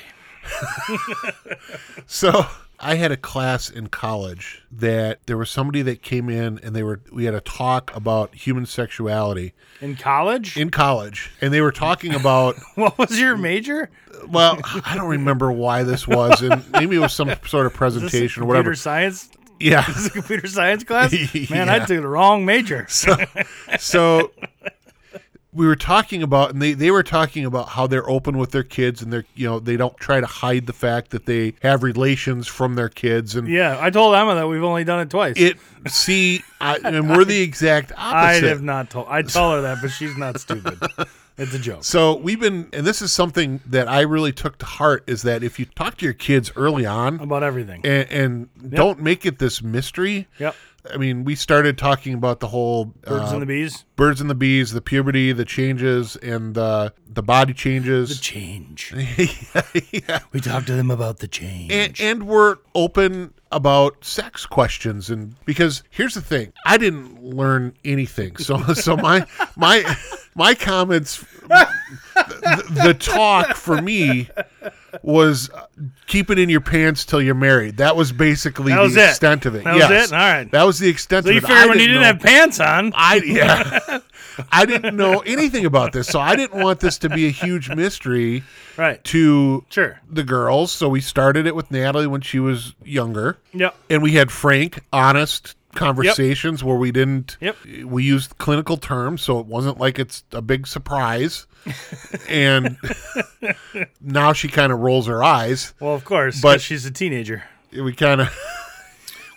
[SPEAKER 1] So I had a class in college that there was somebody that came in and they were we had a talk about human sexuality
[SPEAKER 2] In college?
[SPEAKER 1] in college and they were talking about
[SPEAKER 2] what was your major?
[SPEAKER 1] well I don't remember why this was and maybe it was some sort of
[SPEAKER 2] This
[SPEAKER 1] presentation or
[SPEAKER 2] computer
[SPEAKER 1] whatever
[SPEAKER 2] science
[SPEAKER 1] yeah
[SPEAKER 2] This is a computer science class? Man, I
[SPEAKER 1] Yeah.
[SPEAKER 2] took the wrong major.
[SPEAKER 1] so we were talking about and they, they were talking about how they're open with their kids and they're you know they don't try to hide the fact that they have relations from their kids and
[SPEAKER 2] Yeah, I told Emma that we've only done it twice.
[SPEAKER 1] it see I, and we're the exact
[SPEAKER 2] I
[SPEAKER 1] opposite
[SPEAKER 2] have not told. I tell her that, but she's not stupid. It's a joke.
[SPEAKER 1] so we've been and this is something that i really took to heart is that if you talk to your kids early on
[SPEAKER 2] About everything.
[SPEAKER 1] and, and don't make it this mystery
[SPEAKER 2] Yep.
[SPEAKER 1] i mean we started talking about the whole
[SPEAKER 2] Birds
[SPEAKER 1] uh,
[SPEAKER 2] and the bees.
[SPEAKER 1] birds and the bees the puberty the changes and the the body changes
[SPEAKER 2] Change.
[SPEAKER 1] yeah
[SPEAKER 2] We talked to them about the change.
[SPEAKER 1] and, and we're open about sex questions and because here's the thing i didn't learn anything so so my my my comments the, the talk for me was uh, keep it in your pants till you're married that was basically
[SPEAKER 2] That was
[SPEAKER 1] the
[SPEAKER 2] it.
[SPEAKER 1] extent of it
[SPEAKER 2] That was
[SPEAKER 1] yes.
[SPEAKER 2] it? All right.
[SPEAKER 1] that was the extent
[SPEAKER 2] so
[SPEAKER 1] of
[SPEAKER 2] you
[SPEAKER 1] it
[SPEAKER 2] figured
[SPEAKER 1] I
[SPEAKER 2] when you didn't
[SPEAKER 1] know-
[SPEAKER 2] have pants on,
[SPEAKER 1] I yeah, I didn't know anything about this, so I didn't want this to be a huge mystery
[SPEAKER 2] right?
[SPEAKER 1] to
[SPEAKER 2] Sure.
[SPEAKER 1] the girls. So we started it with Natalie when she was younger.
[SPEAKER 2] Yep.
[SPEAKER 1] And we had frank, honest conversations where we didn't
[SPEAKER 2] Yep.
[SPEAKER 1] we used clinical terms so it wasn't like it's a big surprise. and now she kind of rolls her eyes.
[SPEAKER 2] Well, of course,
[SPEAKER 1] But-
[SPEAKER 2] but she's a teenager.
[SPEAKER 1] We kind of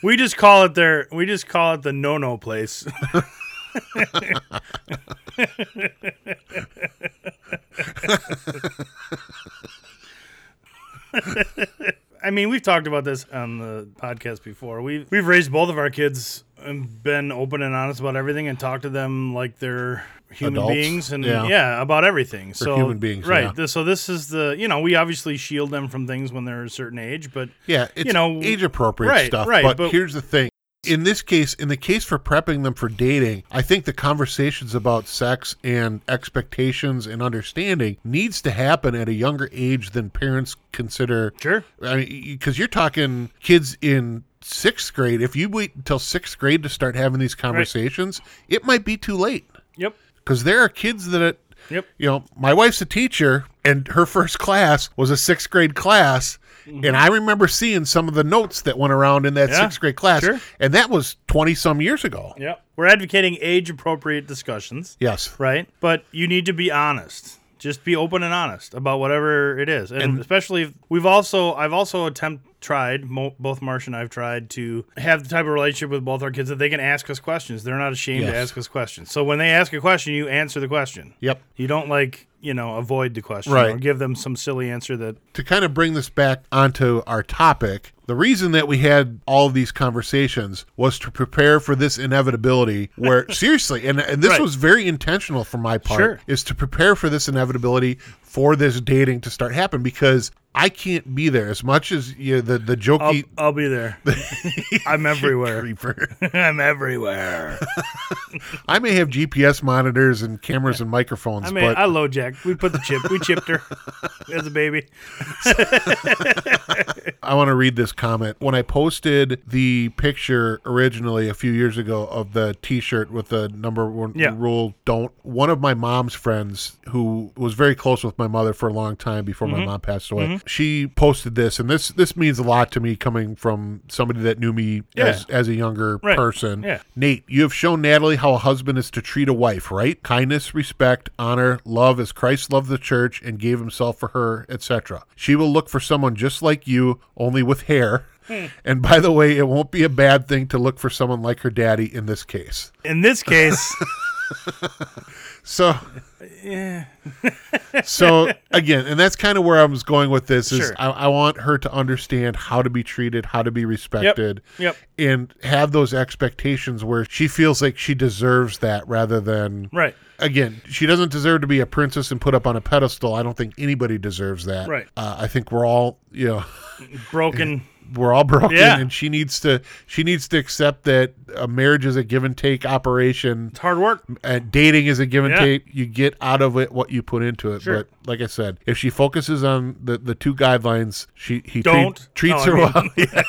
[SPEAKER 2] We just call it their. We just call it the no-no place. I mean, we've talked about this on the podcast before. We've we've raised both of our kids and been open and honest about everything, and talked to them like they're human
[SPEAKER 1] Adults,
[SPEAKER 2] beings, and
[SPEAKER 1] yeah.
[SPEAKER 2] yeah. about everything. so
[SPEAKER 1] human beings,
[SPEAKER 2] right?
[SPEAKER 1] yeah.
[SPEAKER 2] th- so this is the you know we obviously shield them from things when they're a certain age, but
[SPEAKER 1] yeah, it's
[SPEAKER 2] know,
[SPEAKER 1] age appropriate
[SPEAKER 2] right,
[SPEAKER 1] stuff.
[SPEAKER 2] right,
[SPEAKER 1] but,
[SPEAKER 2] but-
[SPEAKER 1] here's the thing. In this case, in the case for prepping them for dating, I think the conversations about sex and expectations and understanding needs to happen at a younger age than parents consider.
[SPEAKER 2] Sure.
[SPEAKER 1] I mean, because you're talking kids in sixth grade. If you wait until sixth grade to start having these conversations, it might be too late.
[SPEAKER 2] Yep.
[SPEAKER 1] Because there are kids that, it,
[SPEAKER 2] Yep.
[SPEAKER 1] you know, my wife's a teacher, and her first class was a sixth grade class. And I remember seeing some of the notes that went around in that
[SPEAKER 2] Mm-hmm. Yeah,
[SPEAKER 1] sixth grade class.
[SPEAKER 2] sure.
[SPEAKER 1] And that was 20 some years ago.
[SPEAKER 2] Yep. We're advocating age appropriate discussions.
[SPEAKER 1] Yes.
[SPEAKER 2] right? But you need to be honest. Just be open and honest about whatever it is, and, especially if we've also I've also attempt tried mo- both Marsh and I've tried to have the type of relationship with both our kids that they can ask us questions. They're not ashamed to
[SPEAKER 1] Yes.
[SPEAKER 2] ask us questions. So when they ask a question, you answer the question.
[SPEAKER 1] Yep.
[SPEAKER 2] You don't like you know avoid the question
[SPEAKER 1] Right.
[SPEAKER 2] or give them some silly answer that
[SPEAKER 1] To kind of bring this back onto our topic, the reason that we had all of these conversations was to prepare for this inevitability where, seriously, and, and this
[SPEAKER 2] Right.
[SPEAKER 1] was very intentional for my part,
[SPEAKER 2] Sure.
[SPEAKER 1] is to prepare for this inevitability for this dating to start happen because I can't be there as much as you know, the, the
[SPEAKER 2] I'll,
[SPEAKER 1] jokey
[SPEAKER 2] I'll be there. I'm everywhere.
[SPEAKER 1] creeper.
[SPEAKER 2] I'm everywhere.
[SPEAKER 1] I may have GPS monitors and cameras and microphones,
[SPEAKER 2] I mean,
[SPEAKER 1] but
[SPEAKER 2] I low jack. We put the chip. We chipped her as a baby.
[SPEAKER 1] I want to read this comment. When I posted the picture originally a few years ago of the T-shirt with the number one
[SPEAKER 2] Yeah.
[SPEAKER 1] rule, don't. One of my mom's friends, who was very close with my mother for a long time before
[SPEAKER 2] Mm-hmm.
[SPEAKER 1] my mom passed away, she posted this, and this this means a lot to me coming from somebody that knew me
[SPEAKER 2] Yeah.
[SPEAKER 1] as as a younger
[SPEAKER 2] Right.
[SPEAKER 1] person.
[SPEAKER 2] Yeah.
[SPEAKER 1] Nate, you have shown Natalie how a husband is to treat a wife, right? Kindness, respect, honor, love as Christ loved the church and gave himself for her, etc. She will look for someone just like you, only with hair. And by the way, it won't be a bad thing to look for someone like her daddy in this case.
[SPEAKER 2] In this case.
[SPEAKER 1] So so again, and that's kind of where I was going with this is
[SPEAKER 2] Sure.
[SPEAKER 1] I, I want her to understand how to be treated, how to be respected,
[SPEAKER 2] Yep.
[SPEAKER 1] and have those expectations where she feels like she deserves that rather than
[SPEAKER 2] Right.
[SPEAKER 1] again, she doesn't deserve to be a princess and put up on a pedestal. I don't think anybody deserves that.
[SPEAKER 2] Right.
[SPEAKER 1] Uh, I think we're all, you know,
[SPEAKER 2] Broken.
[SPEAKER 1] we're all broken,
[SPEAKER 2] Yeah.
[SPEAKER 1] and she needs to she needs to accept that a marriage is a give and take operation.
[SPEAKER 2] It's hard work.
[SPEAKER 1] And dating is a give and
[SPEAKER 2] Yeah.
[SPEAKER 1] take. You get out of it what you put into it.
[SPEAKER 2] Sure.
[SPEAKER 1] But like I said, if she focuses on the, the two guidelines, she he treat-
[SPEAKER 2] Don't.
[SPEAKER 1] treats
[SPEAKER 2] No,
[SPEAKER 1] her
[SPEAKER 2] I mean-
[SPEAKER 1] well. Yeah.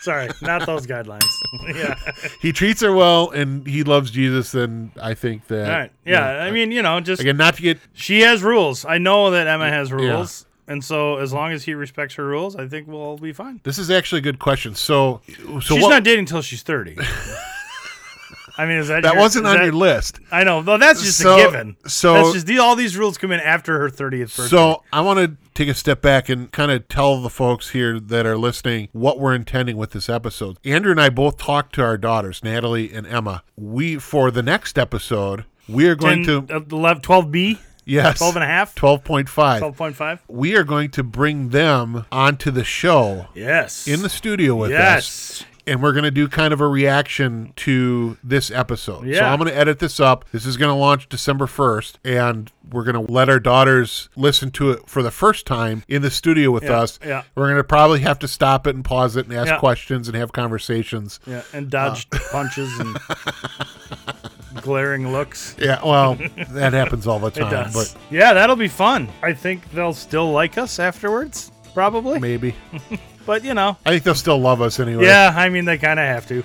[SPEAKER 2] Sorry, not those guidelines. yeah.
[SPEAKER 1] he treats her well, and he loves Jesus. Then I think that.
[SPEAKER 2] All right. Yeah. I mean, you know, just
[SPEAKER 1] Again, not to get
[SPEAKER 2] she has rules. I know that Emma has rules. And so as long as he respects her rules, I think we'll all be fine.
[SPEAKER 1] this is actually a good question. So, so
[SPEAKER 2] she's
[SPEAKER 1] what,
[SPEAKER 2] not dating until she's 30. I mean, is that
[SPEAKER 1] that
[SPEAKER 2] your-
[SPEAKER 1] wasn't
[SPEAKER 2] is
[SPEAKER 1] on
[SPEAKER 2] that-
[SPEAKER 1] your list.
[SPEAKER 2] I know. No, that's just
[SPEAKER 1] So-
[SPEAKER 2] a given.
[SPEAKER 1] so-
[SPEAKER 2] that's just the, all these rules come in after her 30th birthday.
[SPEAKER 1] So I want to take a step back and kind of tell the folks here that are listening what we're intending with this episode. Andrew and I both talked to our daughters, Natalie and Emma. We for the next episode we are going
[SPEAKER 2] 10,
[SPEAKER 1] to
[SPEAKER 2] uh, 11, 12B,
[SPEAKER 1] yes
[SPEAKER 2] 12 and a half,
[SPEAKER 1] twelve point five.
[SPEAKER 2] 12.5.
[SPEAKER 1] We are going to bring them onto the show
[SPEAKER 2] Yes.
[SPEAKER 1] in the studio with us.
[SPEAKER 2] Yes.
[SPEAKER 1] And we're going to do kind of a reaction to this episode. So
[SPEAKER 2] Yeah.
[SPEAKER 1] I'm going to edit this up. This is going to launch December 1st, and we're going to let our daughters listen to it for the first time in the studio with
[SPEAKER 2] Yeah,
[SPEAKER 1] us.
[SPEAKER 2] yeah.
[SPEAKER 1] We're going to probably have to stop it and pause it and ask
[SPEAKER 2] Yeah.
[SPEAKER 1] questions and have conversations. Yeah,
[SPEAKER 2] Yeah, and dodge punches and glaring looks.
[SPEAKER 1] well, that happens all the
[SPEAKER 2] It
[SPEAKER 1] time,
[SPEAKER 2] does.
[SPEAKER 1] Uh, but
[SPEAKER 2] yeah, that'll be fun. I think they'll still like us afterwards, probably.
[SPEAKER 1] maybe.
[SPEAKER 2] But you know,
[SPEAKER 1] I think they'll still love us anyway.
[SPEAKER 2] yeah, I mean, they kind of have to.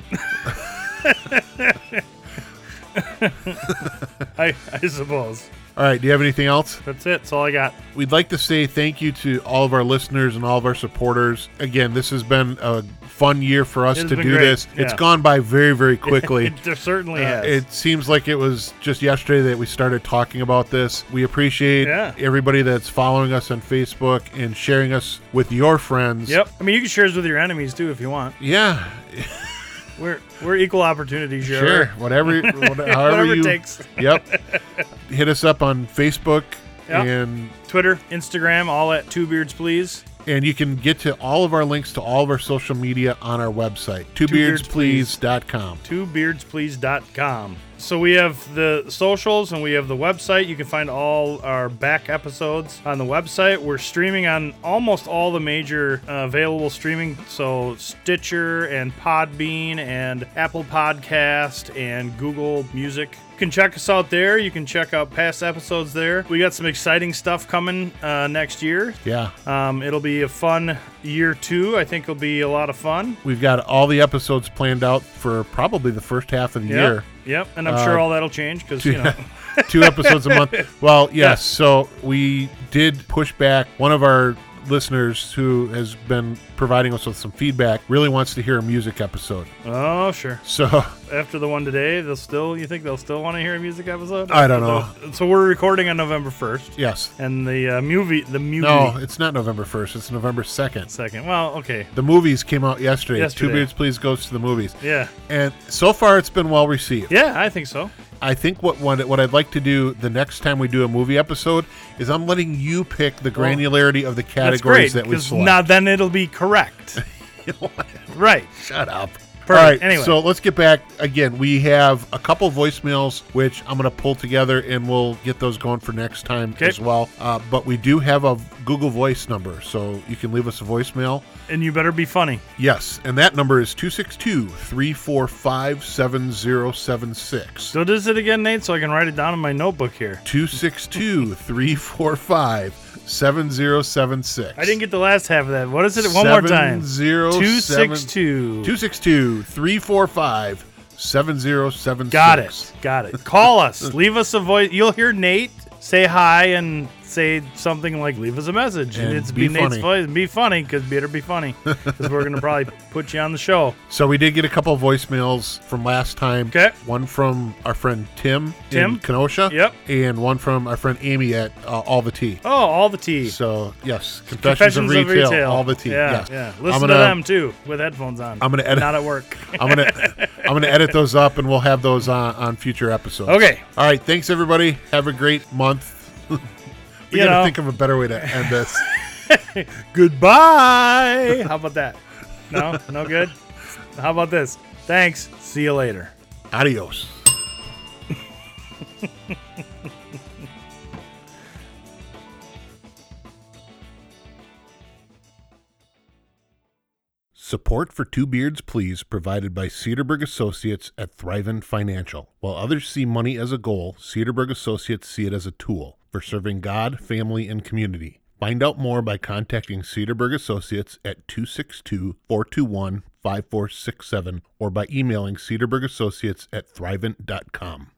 [SPEAKER 2] I, I suppose
[SPEAKER 1] All right. Do you have anything else?
[SPEAKER 2] that's it. That's all I got.
[SPEAKER 1] We'd like to say thank you to all of our listeners and all of our supporters. Again, this has been a fun year for us
[SPEAKER 2] It's
[SPEAKER 1] to
[SPEAKER 2] been
[SPEAKER 1] do
[SPEAKER 2] great,
[SPEAKER 1] this. It's
[SPEAKER 2] yeah.
[SPEAKER 1] gone by very, very quickly.
[SPEAKER 2] It, there certainly
[SPEAKER 1] Uh,
[SPEAKER 2] has.
[SPEAKER 1] It seems like it was just yesterday that we started talking about this. We appreciate
[SPEAKER 2] Yeah.
[SPEAKER 1] everybody that's following us on Facebook and sharing us with your friends.
[SPEAKER 2] yep. I mean, you can share this with your enemies too if you want.
[SPEAKER 1] Yeah,
[SPEAKER 2] We're we're equal opportunity sharer.
[SPEAKER 1] sure. Whatever, what- however
[SPEAKER 2] Whatever it
[SPEAKER 1] you.
[SPEAKER 2] takes.
[SPEAKER 1] Yep. Hit us up on Facebook
[SPEAKER 2] Yeah.
[SPEAKER 1] and
[SPEAKER 2] Twitter, Instagram, all at Two Beards Please.
[SPEAKER 1] And you can get to all of our links to all of our social media on our website, twobeardsplease.com.
[SPEAKER 2] twobeardsplease.com. So we have the socials and we have the website. You can find all our back episodes on the website. We're streaming on almost all the major uh, available streaming, so Stitcher and Podbean and Apple Podcast and Google Music. You can check us out there. You can check out past episodes there. We got some exciting stuff coming uh, next year.
[SPEAKER 1] Yeah.
[SPEAKER 2] Um, it'll be a fun year two. I think it'll be a lot of fun.
[SPEAKER 1] We've got all the episodes planned out for probably the first half of the
[SPEAKER 2] Yep,
[SPEAKER 1] year.
[SPEAKER 2] Yep, and I'm sure all that'll change because you know.
[SPEAKER 1] two episodes a month. Well, yes. So we did push back one of our listeners who has been providing us with some feedback really wants to hear a music episode.
[SPEAKER 2] Oh sure.
[SPEAKER 1] So
[SPEAKER 2] After the one today, they'll still. You think they'll still want to hear a music episode?
[SPEAKER 1] I don't know.
[SPEAKER 2] So, so we're recording on November first,
[SPEAKER 1] yes.
[SPEAKER 2] and the uh, movie, the movie
[SPEAKER 1] No, it's not November 1st. It's November 2nd.
[SPEAKER 2] second. Well, okay,
[SPEAKER 1] The movies came out yesterday.
[SPEAKER 2] Yesterday.
[SPEAKER 1] Two Beards Please goes to the movies.
[SPEAKER 2] yeah,
[SPEAKER 1] And so far it's been well received.
[SPEAKER 2] yeah, I think so.
[SPEAKER 1] I think what what what I'd like to do the next time we do a movie episode is I'm letting you pick the granularity of the
[SPEAKER 2] That's great
[SPEAKER 1] categories that we
[SPEAKER 2] because
[SPEAKER 1] select.
[SPEAKER 2] now then it'll be correct. right.
[SPEAKER 1] Shut up.
[SPEAKER 2] Perfect.
[SPEAKER 1] All right.
[SPEAKER 2] Anyway.
[SPEAKER 1] So let's get back again. We have a couple voicemails which I'm going to pull together and we'll get those going for next time
[SPEAKER 2] Okay.
[SPEAKER 1] as well. Uh, but we do have a Google Voice number, so you can leave us a voicemail.
[SPEAKER 2] And you better be funny.
[SPEAKER 1] Yes, and that number is 262 345 7076.
[SPEAKER 2] So does it again, Nate, so I can write it down in my notebook here.
[SPEAKER 1] 262 345 7076.
[SPEAKER 2] I didn't get the last half of that. What is it? One more time. Two six two.
[SPEAKER 1] 262 345 7076.
[SPEAKER 2] Got it. Got it. Call us. leave us a voice. You'll hear Nate say hi and say something like "Leave us a message." And,
[SPEAKER 1] And
[SPEAKER 2] it's
[SPEAKER 1] be
[SPEAKER 2] be, Nate's
[SPEAKER 1] funny.
[SPEAKER 2] voice. Be funny, because better be funny, because we're gonna probably put you on the show.
[SPEAKER 1] So we did get a couple of voicemails from last time.
[SPEAKER 2] Okay.
[SPEAKER 1] One from our friend Tim,
[SPEAKER 2] Tim?
[SPEAKER 1] in Kenosha.
[SPEAKER 2] Yep.
[SPEAKER 1] And one from our friend Amy at uh, All the Tea.
[SPEAKER 2] Oh, all the tea.
[SPEAKER 1] So yes, confessions, of, retail, All the Tea.
[SPEAKER 2] Yeah,
[SPEAKER 1] yes.
[SPEAKER 2] yeah.
[SPEAKER 1] I'm
[SPEAKER 2] Listen
[SPEAKER 1] gonna-
[SPEAKER 2] to them too with headphones on.
[SPEAKER 1] I'm gonna edit-
[SPEAKER 2] Not at work.
[SPEAKER 1] I'm gonna I'm gonna edit those up and we'll have those on, on future episodes.
[SPEAKER 2] Okay.
[SPEAKER 1] All right. Thanks everybody. Have a great month. we
[SPEAKER 2] You
[SPEAKER 1] gotta
[SPEAKER 2] know.
[SPEAKER 1] think of a better way to end this.
[SPEAKER 2] Goodbye. How about that? No, no good. How about this? Thanks. See you later.
[SPEAKER 1] Adios. Support for Two Beards Please provided by Cedarburg Associates at Thriven Financial. While others see money as a goal, Cedarburg Associates see it as a tool for serving God, family, and community. Find out more by contacting Cedarburg Associates at 262 421 5467 or by emailing cedarburgassociates at thriven.com.